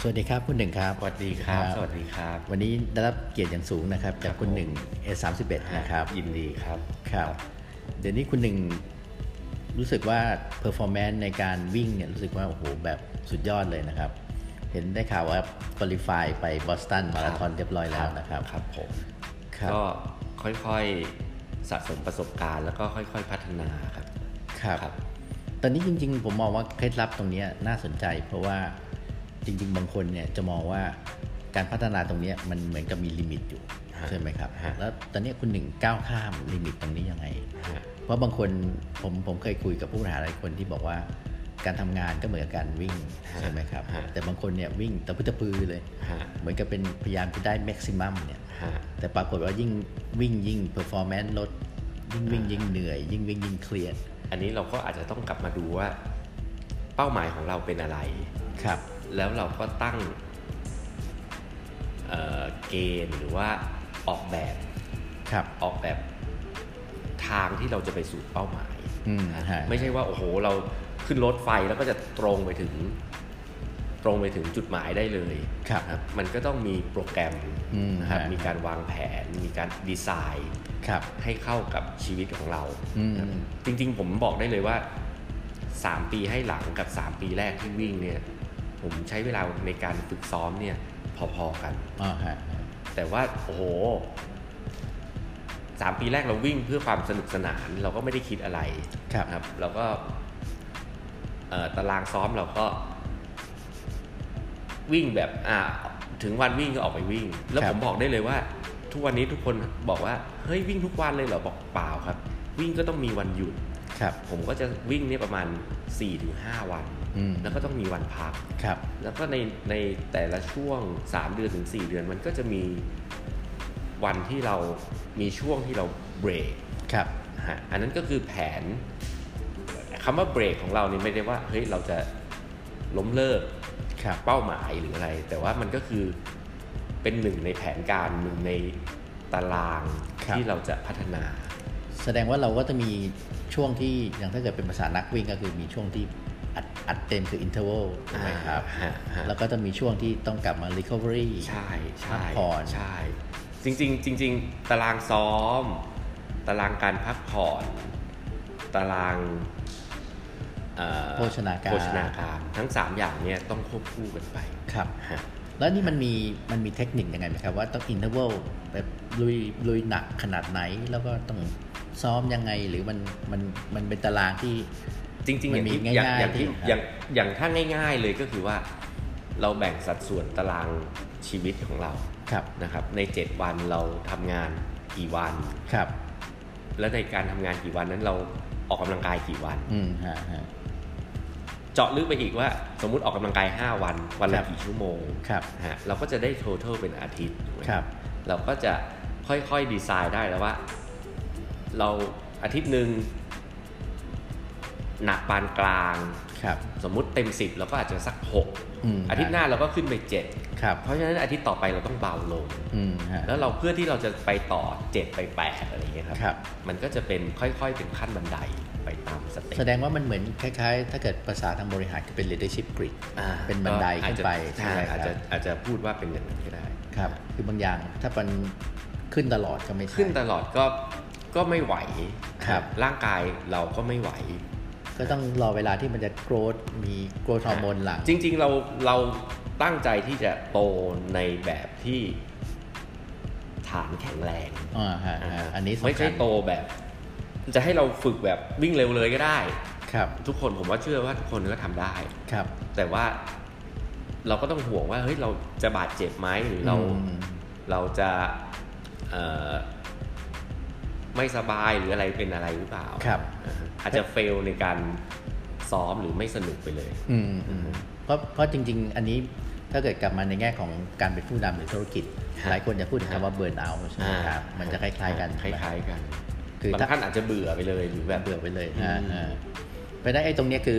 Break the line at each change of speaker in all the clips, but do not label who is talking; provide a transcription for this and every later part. สวัสดีครับคุณหนึ่งครับ
สวัสดีครับ สวัสดีครับ
วันนี้ได้รับเกียรติอย่างสูงนะครับจากคุณหนึ่ง S31 นะครับ
ยินดีครับ
ครับ เดี๋ยวนี้คุณหนึ่งรู้สึกว่า performance ในการวิ่งเนี่ยรู้สึกว่าโอ้โหแบบสุดยอดเลยนะครับ เห็นได้ข่าวว่า qualify ไปบอสตันมาราธอนเรียบร้อยแล้วนะครับ
ครับผม
ครับ
ก็ค่อยๆสะสมประสบการณ์แล้วก็ค่อยๆพัฒนาครับ
ครับ ตอนนี้จริงๆ ผมมองว่าเคล็ดลับตรงเนี้ยน่าสนใจ เพราะว่าจริง ๆ บางคนเนี่ยจะมองว่าการพัฒนาตรงเนี้ยมันเหมือนกับมีลิมิตอยู่
ฮะ
ใช่ไหมครับ
ฮะ
แล้วตอนเนี้ยคุณหนึ่งก้าวข้ามลิมิตตรงนี้ยังไง
ฮะ
เพราะบางคนผมผมเคยคุยกับผู้บริหารหลายคนที่บอกว่าการทำงานก็เหมือนกับการวิ่งใช่ไหมครับ แต่บางคนเนี่ยวิ่งตะพื้ตะพือเลย
ฮะ
เหมือนกับเป็นพยายามจะได้แม็กซิมัมเนี่ย
ฮะ
แต่ปรากฏว่ายิ่งวิ่งยิ่งเพอร์ฟอร์แมนซ์ลดยิ่งวิ่งยิ่งเหนื่อย ยิ่งวิ่งยิ่งเครียด
อันนี้เราก็อาจจะต้องกลับมาดูว่า เป้าหมายของเราเป็นอะไร
ครับ
แล้วเราก็ตั้งเอ่อเกณฑ์หรือว่าออกแบบ
ครับ
ออกแบบทางที่เราจะไปสู่เป้าหมาย
อืมฮะ
ไม่ใช่ว่าโอ้โหเราขึ้นรถไฟแล้วก็จะตรงไปถึง ตรงไปถึงจุดหมายได้เลย
ครับ
ครับมันก็ต้องมีโปรแกรม
อืม
นะครับ
ฮะ
มีการวางแผน มีการดีไซน์
ครับ
ให้เข้ากับชีวิตของเรา
อืม
ครับจริงๆ ผมบอกได้เลยว่า 3 ปีให้หลังกับ 3 ปีแรกที่วิ่งเนี่ย ผมใช้เวลาในการฝึกซ้อมเนี่ยพอๆกัน
อ๋อฮะ
แต่ว่าโอ้โหสามปีแรกเราวิ่งเพื่อความสนุกสนาน เราก็ไม่ได้คิดอะไร
ครับ
ครับเราก็เอ่อตารางซ้อมเราก็ วิ่งแบบอ่าถึงวันวิ่งก็ออกไปวิ่ง แล้ว
ครั
ผ
บ
มบอกได้เลยว่า ทุกวันนี้ทุกคนบอกว่าเฮ้ยวิ่งทุกวันเลยเหรอบอกเปล่าครับ วิ่งก็ต้องมีวันหยุด
ครับ
ผมก็จะวิ่งเนี่ยประมาณ 4-5 วัน
อืม
แล้วก็ต้องมีวันพัก
ครับ
แล้วก็ในในแต่ละช่วง 3 เดือนถึง 4 เดือนมันก็จะมีวันที่เรามีช่วงที่เราเบรก
ครับ
นะฮะอันนั้นก็คือแผนคำว่าเบรกของเรานี่ไม่ได้ว่าเฮ้ยเราจะล้มเลิก
ครับ
เป้าหมายหรืออะไร แต่ว่ามันก็คือเป็นหนึ่งในแผนการหนึ่งในตาราง
ครับ
ที่เราจะพัฒนา
แสดงว่าเราก็จะมีช่วงที่อย่างถ้าเกิดเป็นภาษานักวิ่งก็คือมีช่วงที่อัดอัดเต็มคืออินเทอร์วลใช่ไหมครับ
อ่าฮะ
แล้วก็จะมีช่วงที่ต้องกลับมา Recovery
ใช่
พั
ใช่
กผ่อน
ใช่ จริงๆ จริง ๆ ตารางซ้อม ตารางการพักผ่อน ตารางเอ่อ
โภชนาการ
โภชนาการ ทั้ง 3 อย่างเนี่ยต้องควบคู่กันไป
ครับ
ฮะ
แล้วนี่มันมีมันมีเทคนิคยังไงไหมครับ ว่าต้องอินเทอร์วลแบบลุยลุยหนักขนาดไหน แล้วก็ต้องซ้อมยังไงหรือมันมันมันเป็นตารางที่
จริงๆ
มั
อน ย่าง
มี
ที่
ง่ายๆ
อย่างอย่างที่
ที่ครับ
อย่างอย่างถ้าง่าย ๆ เลยก็คือว่า เราแบ่งสัดส่วนตารางชีวิตของเรา
ครับ
นะครับใน 7 วันเราทำงานกี่วัน
ครับ
และในการทำงานกี่วันนั้นเราออกกำลังกายกี่วัน
อืมฮะฮะ
เจาะลึกไปอีกว่าสมมุติออกกำลังกาย 5 วัน วัน
ครั
ละ
บ
กี่ชั่วโมง
ครับ
ฮะเราก็จะได้ total เป็นอาทิตย์ถูกไหม
ครับ
เราก็จะค่อยๆ ดีไซน์ได้แล้วว่า เราอาทิตย์หนึ่งหนักปานกลาง
ครับ
สมมุติเต็ม 10เราก็อาจจะสัก 6
อืม
อาทิตย์หน้าเราก็ขึ้นไป
ครับ
7 เพราะฉะนั้นอาทิตย์ต่อไปเราต้องเบาลง
อืมฮะ
แล้วเราเพื่อที่เราจะไปต่อ 7 ไป 8 อะไรอย่างเงี้ยครับ
ครับ
มันก็จะเป็นค่อยๆ เป็นขั้นบันไดไปตามสเต็ป
แสดงว่ามันเหมือนคล้ายๆ ถ้าเกิดภาษาทางบริหารก็เป็น leadership grid
อ่า
เป็นบันได
ก็อาจ
ขึ้น
จะ
ไป
ใช่
ใช่ไหม
อา
ค
จจะ
รับ
อาจจะพูดว่าเป็นอย่างนั้นก็ได้
ครับ คือบางอย่างถ้ามันขึ้นตลอดก็ไม่ใช่
ขึ้นตลอดก็ก็ไม่ไหว
ครับ
ร่างกายเราก็ไม่ไหว
ก็ต้องรอเวลาที่มันจะโกรธมีโกรธฮอร์โมนหลัง
จริง ๆ เราเราตั้งใจที่จะโตในแบบที่ฐานแข็งแรง
อ่าฮะฮะอันนี้
ไม่
สำคั
ใช่
ญ
โตแบบ จะให้เราฝึกแบบวิ่งเร็วเลยก็ได้
ครับ
ทุกคนผมว่าเชื่อว่าทุกคนก็ทำได้
ครับ
แต่ว่าเราก็ต้องห่วงว่าเฮ้ยเราจะบาดเจ็บไหมหรือเรา
อืม
เราจะเอ่อไม่สบายหรืออะไรเป็นอะไรหรือเปล่า
ครับ
อ่าอาจจะเฟลในการซ้อมหรือไม่สนุกไปเลย
อืมอืมเพราะเพราะจริง ๆ อันนี้ถ้าเกิดกลับมาในแง่ของการเป็นผู้นำหรือธุรกิจ
ฮะ
หลายคนจะพูดถึงคำว่าเบิร์นเอาใช่ไหมครับ
อ่า
มันจะคล้าย ๆ กัน
คล้ายๆกัน
คือถ้า
บางท่านอาจจะเบื่อไปเลยหรือแบบ
เบื่อไปเลย
อืม
อ่าอ่าเพราะฉะนั้นไอ้ตรงเนี้ยคือ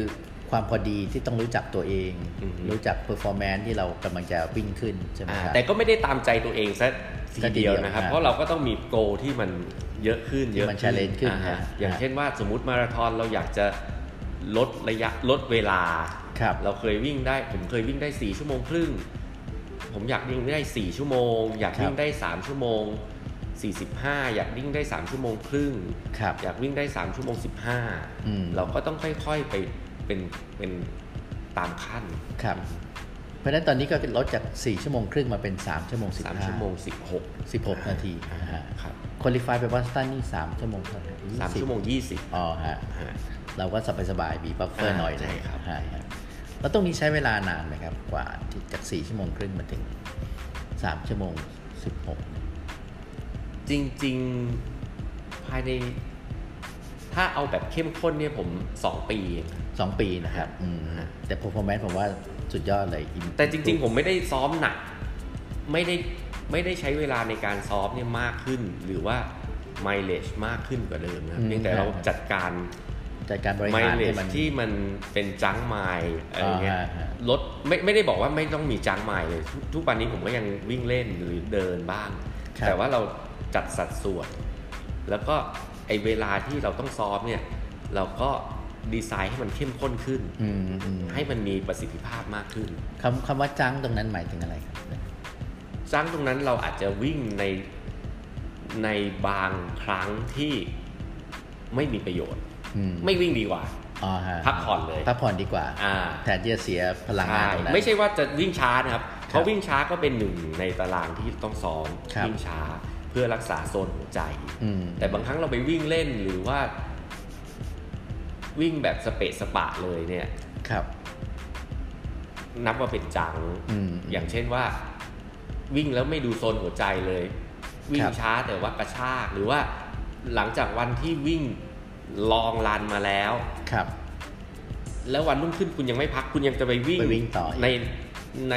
ความพอดีที่ต้องรู้จักตัวเอง
อืม
รู้จัก performance ที่เรากำลังจะวิ่งขึ้นใช่ไหม
อ่า
ครับ
แต่ก็ไม่ได้ตามใจตัวเองซะที
ซะทีเดี
เดี
ย
ยว วนะครับ
อ่า
เพราะเราก็ต้องมีโกที่มันเยอะขึ้น
ที่
เยอะ
มัน challenge ขึ้น
อ่าฮะ
อ่า
อย่างเช่นว่าสมมติมาราธอนเราอยากจะ ลดระยะลดเวลา
ครับ
เราเคยวิ่งได้ผมเคยวิ่งได้ 4 ชั่วโมงครึ่ง ผมอยากวิ่งได้ 4 ชั่วโมง อยากวิ่งได้ 3 ชั่วโมง 45 อยากวิ่งได้ 3 ชั่วโมงครึ่ง
ครับ
อยากวิ่งได้ 3 ชั่วโมง
อืม
15 เราก็ต้องค่อยๆไปเป็นเป็นตามขั้น
ครับ เพราะฉะนั้นตอนนี้ก็ลดจาก 4 ชั่วโมงครึ่งมาเป็น 3 ชั่วโมง15
3 ชั่วโมง
16 นาทีนะฮะ
16 ครับ
คอลิฟายไปบอสตันนี่ 3 ชั่วโมงเท่าไหร่
สาม
20
ชั่วโมง
อ๋อฮะ
20ฮะ
เราก็สบายสบายๆมีบัฟเฟอร์
อ่า
หน่อย
ใช่
นะครับ ใช่ครับ แล้วตรงนี้ใช้เวลานานไหมครับ กว่าที่จาก 4 ชั่วโมงครึ่งมาถึง 3 ชั่วโมง 16
จริงๆภายใน ถ้าเอาแบบเข้มข้นเนี่ยผม 2 ปีเอง
2 ปีนะครับอืม
ฮะ
แต่ performance ผมว่าสุดยอดเลยอิน
แต่จริง ๆ ผมไม่ได้ซ้อมหนัก ไม่ได้ไม่ได้ใช้เวลาในการซ้อมเนี่ยมากขึ้น หรือว่า mileage มากขึ้นกว่าเดิมนะครับเพียงแต่เราจัดการ
จัดการบริ
ไม
หาร
เล
ให้
ส
มัน
ที่มันเป็นจังไมล์อะไรเงี้ย
อ่าฮะ
ลดไม่ไม่ได้บอกว่าไม่ต้องมีจังไมล์เลยทุกทุกวันนี้ผมก็ยังวิ่งเล่นหรือเดินบ้าง แต่ว่าเราจัดสัดส่วน แล้วก็ไอเวลาที่เราต้องซ้อมเนี่ย เราก็ดีไซน์ให้มันเข้มข้นขึ้น
อืมอืม
ให้มันมีประสิทธิภาพมากขึ้น
คำคำว่าจังตรงนั้นหมายถึงอะไรครับ
จ้างตรงนั้นเราอาจจะวิ่งในในบางครั้งที่ไม่มีประโยชน์
อืม
ไม่วิ่งดีกว่า
อ๋อฮะ
พักผ่อนเลย
พักผ่อนดีกว่า
อ่า
แทนที่จะเสียพลังงาน
ใช่
ตรงนั้น
ไม่ใช่ว่าจะวิ่งช้านะครับ
ครับ
เพราะวิ่งช้าก็เป็นหนึ่งในตารางที่ต้องซ้อม
ครับ
วิ่งช้าเพื่อรักษาโซนหัวใจ
อืม
แต่บางครั้งเราไปวิ่งเล่นหรือว่า วิ่งแบบสเปะสปะเลยเนี่ย
ครับ
นับว่าเป็นจัง
อืม
อย่างเช่นว่า วิ่งแล้วไม่ดูโซนหัวใจเลย วิ่
ค
ง
รับ
ช้าแต่ว่ากระชากหรือว่าหลังจากวันที่วิ่งลองรันมาแล้ว
ครับ
แล้ววันรุ่งขึ้นคุณยังไม่พักคุณยังจะไปวิ่
ไปวิ่งต่ออีก
ในใน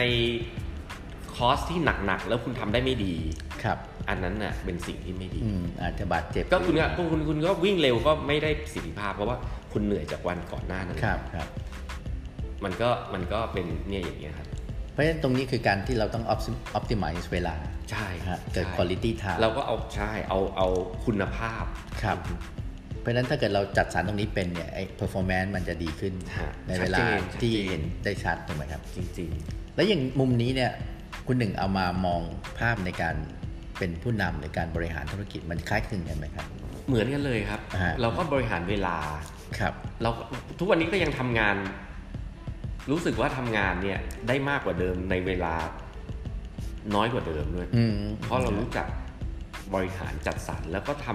คอร์สที่หนักๆ แล้วคุณทำได้ไม่ดี
ครับ
อันนั้นน่ะเป็นสิ่งที่ไม่ดี
อืมอาจจะบาดเจ็บ
ก็คุณก็คุณคุณคุณก็วิ่งเร็วก็ไม่ได้ประสิทธิภาพ เพราะว่าคุณเหนื่อยจากวันก่อนหน้านั้น
ครับครับ
มันก็มันก็เป็นเนี่ยอย่างเงี้ยครับ
เพราะฉะนั้นตรงนี้คือการที่เราต้อง optim- optimize เวลา
ใช่
นะฮะเกิด
ใช่
quality time
เราก็เอาใช่เอาเอาคุณภาพ
ครับ เพราะฉะนั้นถ้าเกิดเราจัดสรรตรงนี้เป็นเนี่ยไอ้ performance มันจะดีขึ้น
ฮะ
ในเวลา
ชัดจนชัดจน
ที่เห็นได้ชัดถูกไหมครับ
จริง
แล้วอย่างมุมนี้เนี่ยคุณหนึ่งเอามามองภาพในการเป็นผู้นำในการบริหารธุรกิจมันคล้ายคลึงกันไหมครับ
ๆ เหมือนกันเลยครับ
ฮะ
เราก็บริหารเวลา
ครับ
เราทุกวันนี้ก็ยังทำงาน รู้สึกว่าทำงานเนี่ยได้มากกว่าเดิมในเวลาน้อยกว่าเดิมด้วย
อืม
เพราะเรารู้จักบริหารจัดสรรแล้วก็ท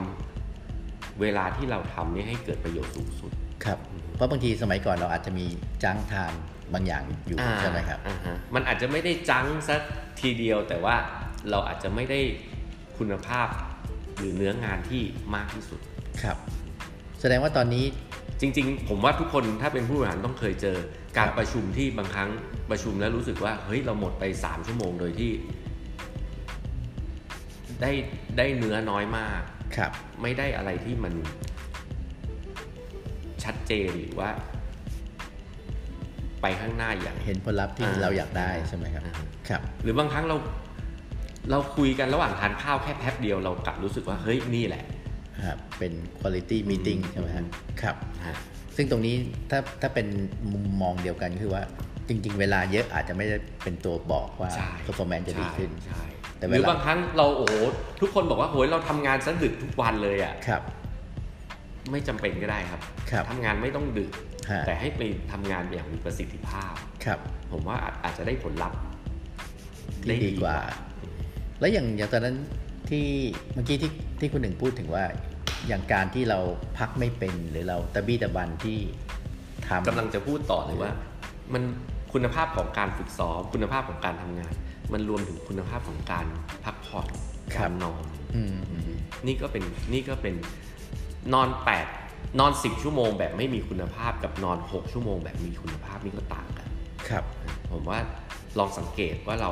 ำเวลาที่เราทำเนี่ยให้เกิดประโยชน์สูงสุด
ครับ เพราะบางทีสมัยก่อนเราอาจจะมีจ้างทานบางอย่างอยู่
อ่า
ใช่ไหมครับ
อ่าฮะมันอาจจะไม่ได้จังสักทีเดียว แต่ว่าเราอาจจะไม่ได้คุณภาพหรือเนื้องานที่มากที่สุด
ครับ แสดงว่าตอนนี้
จริงๆ ผมว่าทุกคนถ้าเป็นผู้บริหารต้องเคยเจอ การประชุมที่บางครั้งประชุมแล้วรู้สึกว่าเฮ้ยเราหมดไป 3 ชั่วโมงโดยที่ ได้ได้เนื้อน้อยมาก
ครับ
ไม่ได้อะไรที่มัน ชัดเจนหรือว่า ไปข้างหน้าอย่าง
เห็นผลลัพธ์ที่
อ่า
เราอยากได้ใช่ไหมครับ
อ่า
ครับ
หรือบางครั้งเรา เราคุยกันระหว่างทานข้าวแค่แป๊บเดียวเรากลับรู้สึกว่าเฮ้ยนี่แหละ
ครับ เป็น quality meeting ใช่ไหมครับ ครับ
ฮะ
ซึ่งตรงนี้ถ้าถ้าเป็นมุมมองเดียวกันคือว่าจริง ๆ เวลาเยอะอาจจะไม่ได้เป็นตัวบอกว่า
ใช่
performance จะดีขึ้น
ใช่
แต่
ใช่ห
เวลา
รือบางครั้งเราโอ้โหทุกคนบอกว่าโหยเราทำงานซะดึกทุกวันเลยอ่ะ
ครับ
ไม่จำเป็นก็ได้ครับ
ครับ
ทำงานไม่ต้องดึก
ฮะ
แต่ให้ไปทำงานอย่างมีประสิทธิภาพ
ครับ
ผมว่าอาจอาจจะได้ผลลัพธ์
ที่ดีกว่า แล้วอย่างอย่างตอนนั้นที่เมื่อกี้ที่ที่คุณหนึ่งพูดถึงว่า อย่างการที่เราพักไม่เป็นหรือเราตะบี้ตะบันที่ทำ
กำลังจะพูดต่อเลยว่า มันคุณภาพของการฝึกซ้อมคุณภาพของการทำงาน มันรวมถึงคุณภาพของการพักผ่อน
ครับ
การนอน
อืมอืม
นี่ก็เป็นนี่ก็เป็นนอน 8 นอน 10 ชั่วโมงแบบไม่มีคุณภาพกับนอน 6 ชั่วโมงแบบมีคุณภาพนี่ก็ต่างกัน
ครับ
ผมว่าลองสังเกตว่าเรา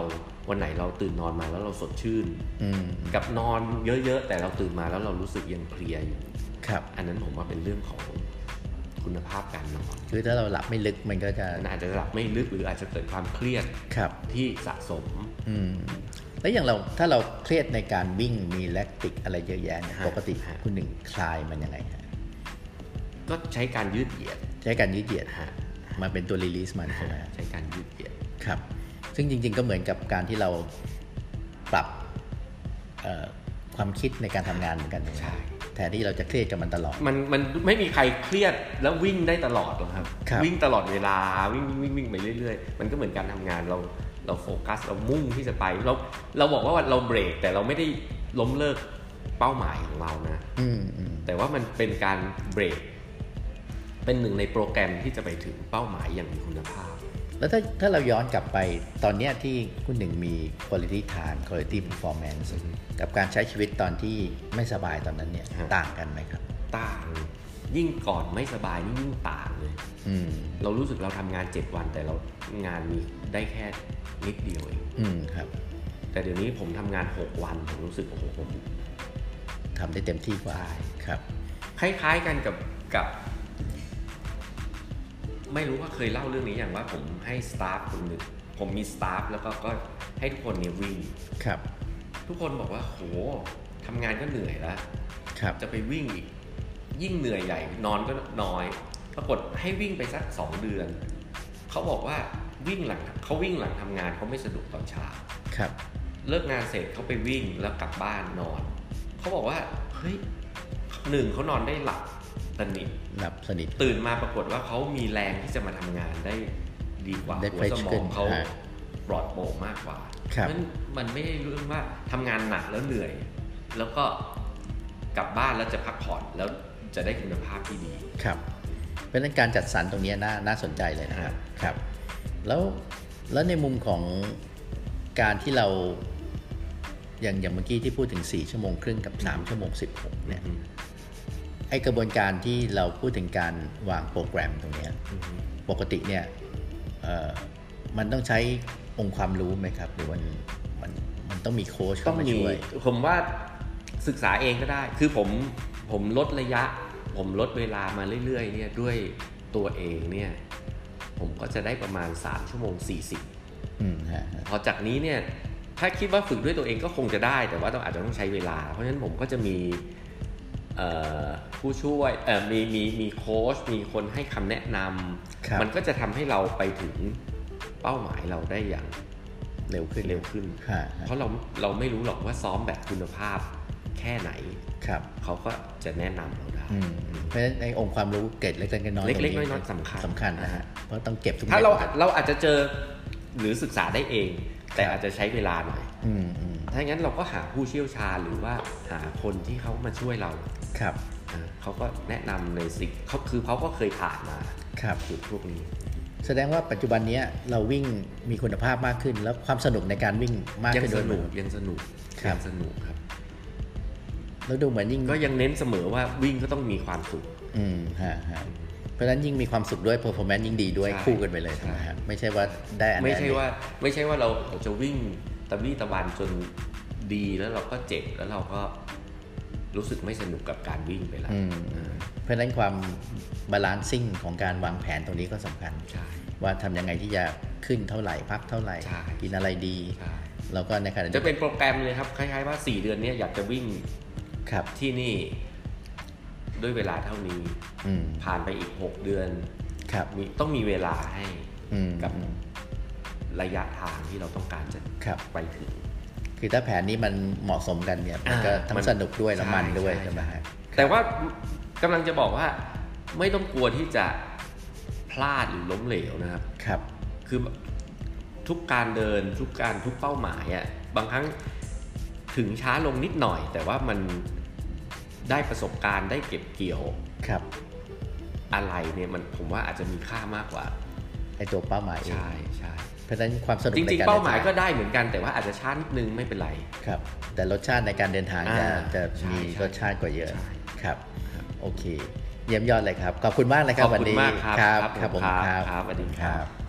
วันไหนเราตื่นนอนมาแล้วเราสดชื่น
อืม
กับนอนเยอะๆ แต่เราตื่นมาแล้วเรารู้สึกยังเพลียอยู่
ครับ
อันนั้นผมว่าเป็นเรื่องของคุณภาพการนอน
คือถ้าเราหลับไม่ลึกมันก็จะ
อันนั้นอาจจะหลับไม่ลึกหรืออาจจะเกิดความเครียด
ครับ
ที่สะสม
อืม แล้วอย่างเราถ้าเราเครียดในการวิ่งมีแลคติกอะไรเยอะแยะเนี่ย
ฮะ
ปกติ
ฮะ
คุณหนึ่งคลายมันยังไงฮะ
ก็ใช้การยืดเหยียด
ใช้การยืดเหยียด
ฮะ
มาเป็นตัวรีลิสมันใช่ไหม
ใช้การยืดเหยียด
ครับ ซึ่งจริงๆก็เหมือนกับการที่เราปรับเอ่อความคิดในการทำงานเหมือนกัน
ใช่
แทนที่เราจะเครียดกับมันตลอด
มันมันไม่มีใครเครียดแล้ววิ่งได้ตลอดหรอกครับ
ครับ
วิ่งตลอดเวลาวิ่งวิ่งวิ่งวิ่งไปเรื่อยๆ มันก็เหมือนการทำงานเราเราโฟกัสเรามุ่งที่จะไปเราเราบอกว่าเราเบรกแต่เราไม่ได้ล้มเลิกเป้าหมายของเรานะ
อืมอืม
แต่ว่ามันเป็นการเบรกเป็นหนึ่งในโปรแกรมที่จะไปถึงเป้าหมายอย่างมีคุณภาพ
แล้วถ้าถ้าเราย้อนกลับไปตอนเนี้ยที่คุณหนึ่งมี quality time quality performance กับการใช้ชีวิตตอนที่ไม่สบายตอนนั้นเนี่ย
ฮะ
ต่างกันไหมครับ
ต่าง ยิ่งก่อนไม่สบายนี่ยิ่งต่างเลย
อืม
เรารู้สึกเราทำงาน 7 วันแต่เรางานมีได้แค่นิดเดียวเอง
อืมครับ
แต่เดี๋ยวนี้ผมทำงาน 6 วันผมรู้สึกโอ้โหผม
ทำได้เต็มที่กว่า
ใช่
ครับ
คล้ายๆกันกับกับ ไม่รู้ว่าเคยเล่าเรื่องนี้อย่างว่าผมให้สตาฟคนหนึ่งผมมีสตาฟแล้วก็ก็ให้ทุกคนเนี่ยวิ่ง
ครับ
ทุกคนบอกว่าโหทำงานก็เหนื่อยแล้ว
ครับ
จะไปวิ่งอีก ยิ่งเหนื่อยใหญ่นอนก็น้อย ปรากฏให้วิ่งไปสักสองเดือน เขาบอกว่าวิ่งหลังเขาวิ่งหลังทำงานเขาไม่สะดวกตอนเช้า
ครับ
เลิกงานเสร็จเขาไปวิ่งแล้วกลับบ้านนอน เขาบอกว่าเฮ้ยหนึ่งเขานอนได้หลับสนิท
หลับสนิท
ตื่นมาปรากฏว่าเขามีแรงที่จะมาทำงานได้ดีกว่า
ได้
หัว
fresh
สม
ขึ้
อง
น
เขา
ฮะ
ปลอดโปร่งมากกว่าเพ
ครับ
ราะฉะนั้นมันไม่ได้เรื่องว่าทำงานหนักแล้วเหนื่อย แล้วก็กลับบ้านแล้วจะพักผ่อนแล้วจะได้คุณภาพที่ดี
ครับ เพราะฉะนั้นการจัดสรรตรงเนี้ยน่าน่าสนใจเลยนะครับ ครับ แล้วแล้วในมุมของการที่เรา อย่างอย่างเมื่อกี้ที่พูดถึง 4 ชั่วโมงครึ่งกับ 3 ชั่วโมง 16 เนี่ย ไอกระบวนการที่เราพูดถึงการวางโปรแกรมตรงเนี้ยปกติเนี่ยเอ่อมันต้องใช้องค์ความรู้ไหมครับ หรือว่ามันมันต้องมีโค้ช
ต้
เข้า
อง
มา
มี
ช่วย
ผมว่าศึกษาเองก็ได้ คือผมผมลดระยะ ผมลดเวลามาเรื่อยๆเนี่ยด้วยตัวเองเนี่ยผมก็จะได้ประมาณ 3 ชั่วโมง 40
อืมฮะฮะ
พอจากนี้เนี่ยถ้าคิดว่าฝึกด้วยตัวเองก็คงจะได้ แต่ว่าต้องอาจจะต้องใช้เวลา เพราะฉะนั้นผมก็จะมีเอ่อผู้ช่วยเอ่อมีมีมีโค้ชมีคนให้คำแนะน
ครับ
ำมันก็จะทำให้เราไปถึงเป้าหมายเราได้อย่าง
เร็วขึ้น
เร็วขึ้น
ฮะ
เพ
ฮะ
ราะเราเราไม่รู้หรอกว่าซ้อมแบบคุณภาพแค่ไหน
ครับ
เขาก็จะแนะนำเราได้
อืมเพราะฉะนั้นในองค์ความรู้เกร็ดเล็กๆน้อยๆ
เล็กๆ
ตรง
น้อยๆสำคัญ
สำคัญนะ
นะ
ฮะ
ฮะ
เพราะต้องเก็บทุก
ถ้าเรา
ม็ด
เราอาจจะเจอหรือศึกษาได้เอง แต่อาจจะใช้เวลาหน่อย
อืมอืม
ถ้างั้นเราก็หาผู้เชี่ยวชาญหรือว่าหาคนที่เขามาช่วยเรา
ครับ
อ่าเขาก็แนะนำในสิ่งเขาคือเขาก็เคยผ่านมา
ครับ
จุดพวกนี้
แสดงว่าปัจจุบันเนี้ยเราวิ่งมีคุณภาพมากขึ้น แล้วความสนุกในการวิ่งมาก
ยัง
ขึ้น
ส
ด้วยไหม
นุกยังสนุก
ครับ
ยังสนุกครับ
แล้วดูเหมือนยิ่ง
ก็ยังเน้นเสมอว่าวิ่งก็ต้องมีความสุข
อืมฮะฮะเพราะฉะนั้นยิ่งมีความสุขด้วย performance ยิ่งดีด้วย
ใช่
คู่กันไปเลย
ใช่
ใช่ไหมฮะไม่ใช่ว่าได้อันใด
ไม่ใช่ว่าไม่ใช่ว่าเราจะวิ่งตะวี่ตะวันจนดีแล้วเราก็เจ็บแล้วเราก็รู้สึกไม่สนุกกับการวิ่งไปแล้ว
อืมอืมเพราะฉะนั้นความ balancing ของการวางแผนตรงนี้ก็สำคัญ
ใช่
ว่าทำยังไงที่จะขึ้นเท่าไหร่พักเท่าไหร่
ใช่
กินอะไรดี
ใช่
แล้วก็ในขณะเดี
จะ
ยวกัน
เป็นโปรแกรมเลยครับคล้ายๆว่า 4 เดือนเนี้ยอยากจะวิ่ง
ครับ
ที่นี่ด้วยเวลาเท่านี้
อืม
ผ่านไปอีก 6 เดือน
ครับ
มีต้องมีเวลาให้
อืม
กับระยะทางที่เราต้องการจะ
ครับ
ไปถึง
คือถ้าแผนนี้มันเหมาะสมกันเนี่ยมัน
อ่า
ก็ทั้
มั
ง
น
สนุกด้วยและมัน
ใช่
ด้วย
ใช่
ใช่ไหมฮะ
แต่ว่ากำลังจะบอกว่าไม่ต้องกลัวที่จะพลาดหรือล้มเหลวนะครับ
ครับ
คือทุกการเดินทุกการทุกเป้าหมายอะบางครั้งถึงช้าลงนิดหน่อย แต่ว่ามันได้ประสบการณ์ได้เก็บเกี่ยว
ครับ
อะไรเนี่ยมันผมว่าอาจจะมีค่ามากกว่า
ไอตัวเป้าหมายเอง
ใช่ใช่
เพราะฉะนั้นความสนุก
จ
ใน
ริง
กา
ๆ
ร
เป้าหมายก็
ดินท
ได้เหมือนกันแต่ว่าอาจจะช้านิดนึงไม่เป็นไร
งครับ แต่รสชาติในการเดินทางจะ
อ่า
จะ
ใช่
มี
ใช่
รสชาติกว่าเยอะ
ใช่
ครับ โอเค เยี่ยมยอดเลยครับ ขอบคุณมากเลยครับ
ขอบคุ
วัน
ณ
นี้
มากครับ
ครับ
ค
ค
รับ
รับผม
ครับ
ครับ
ครับสวัสดีครับ
บ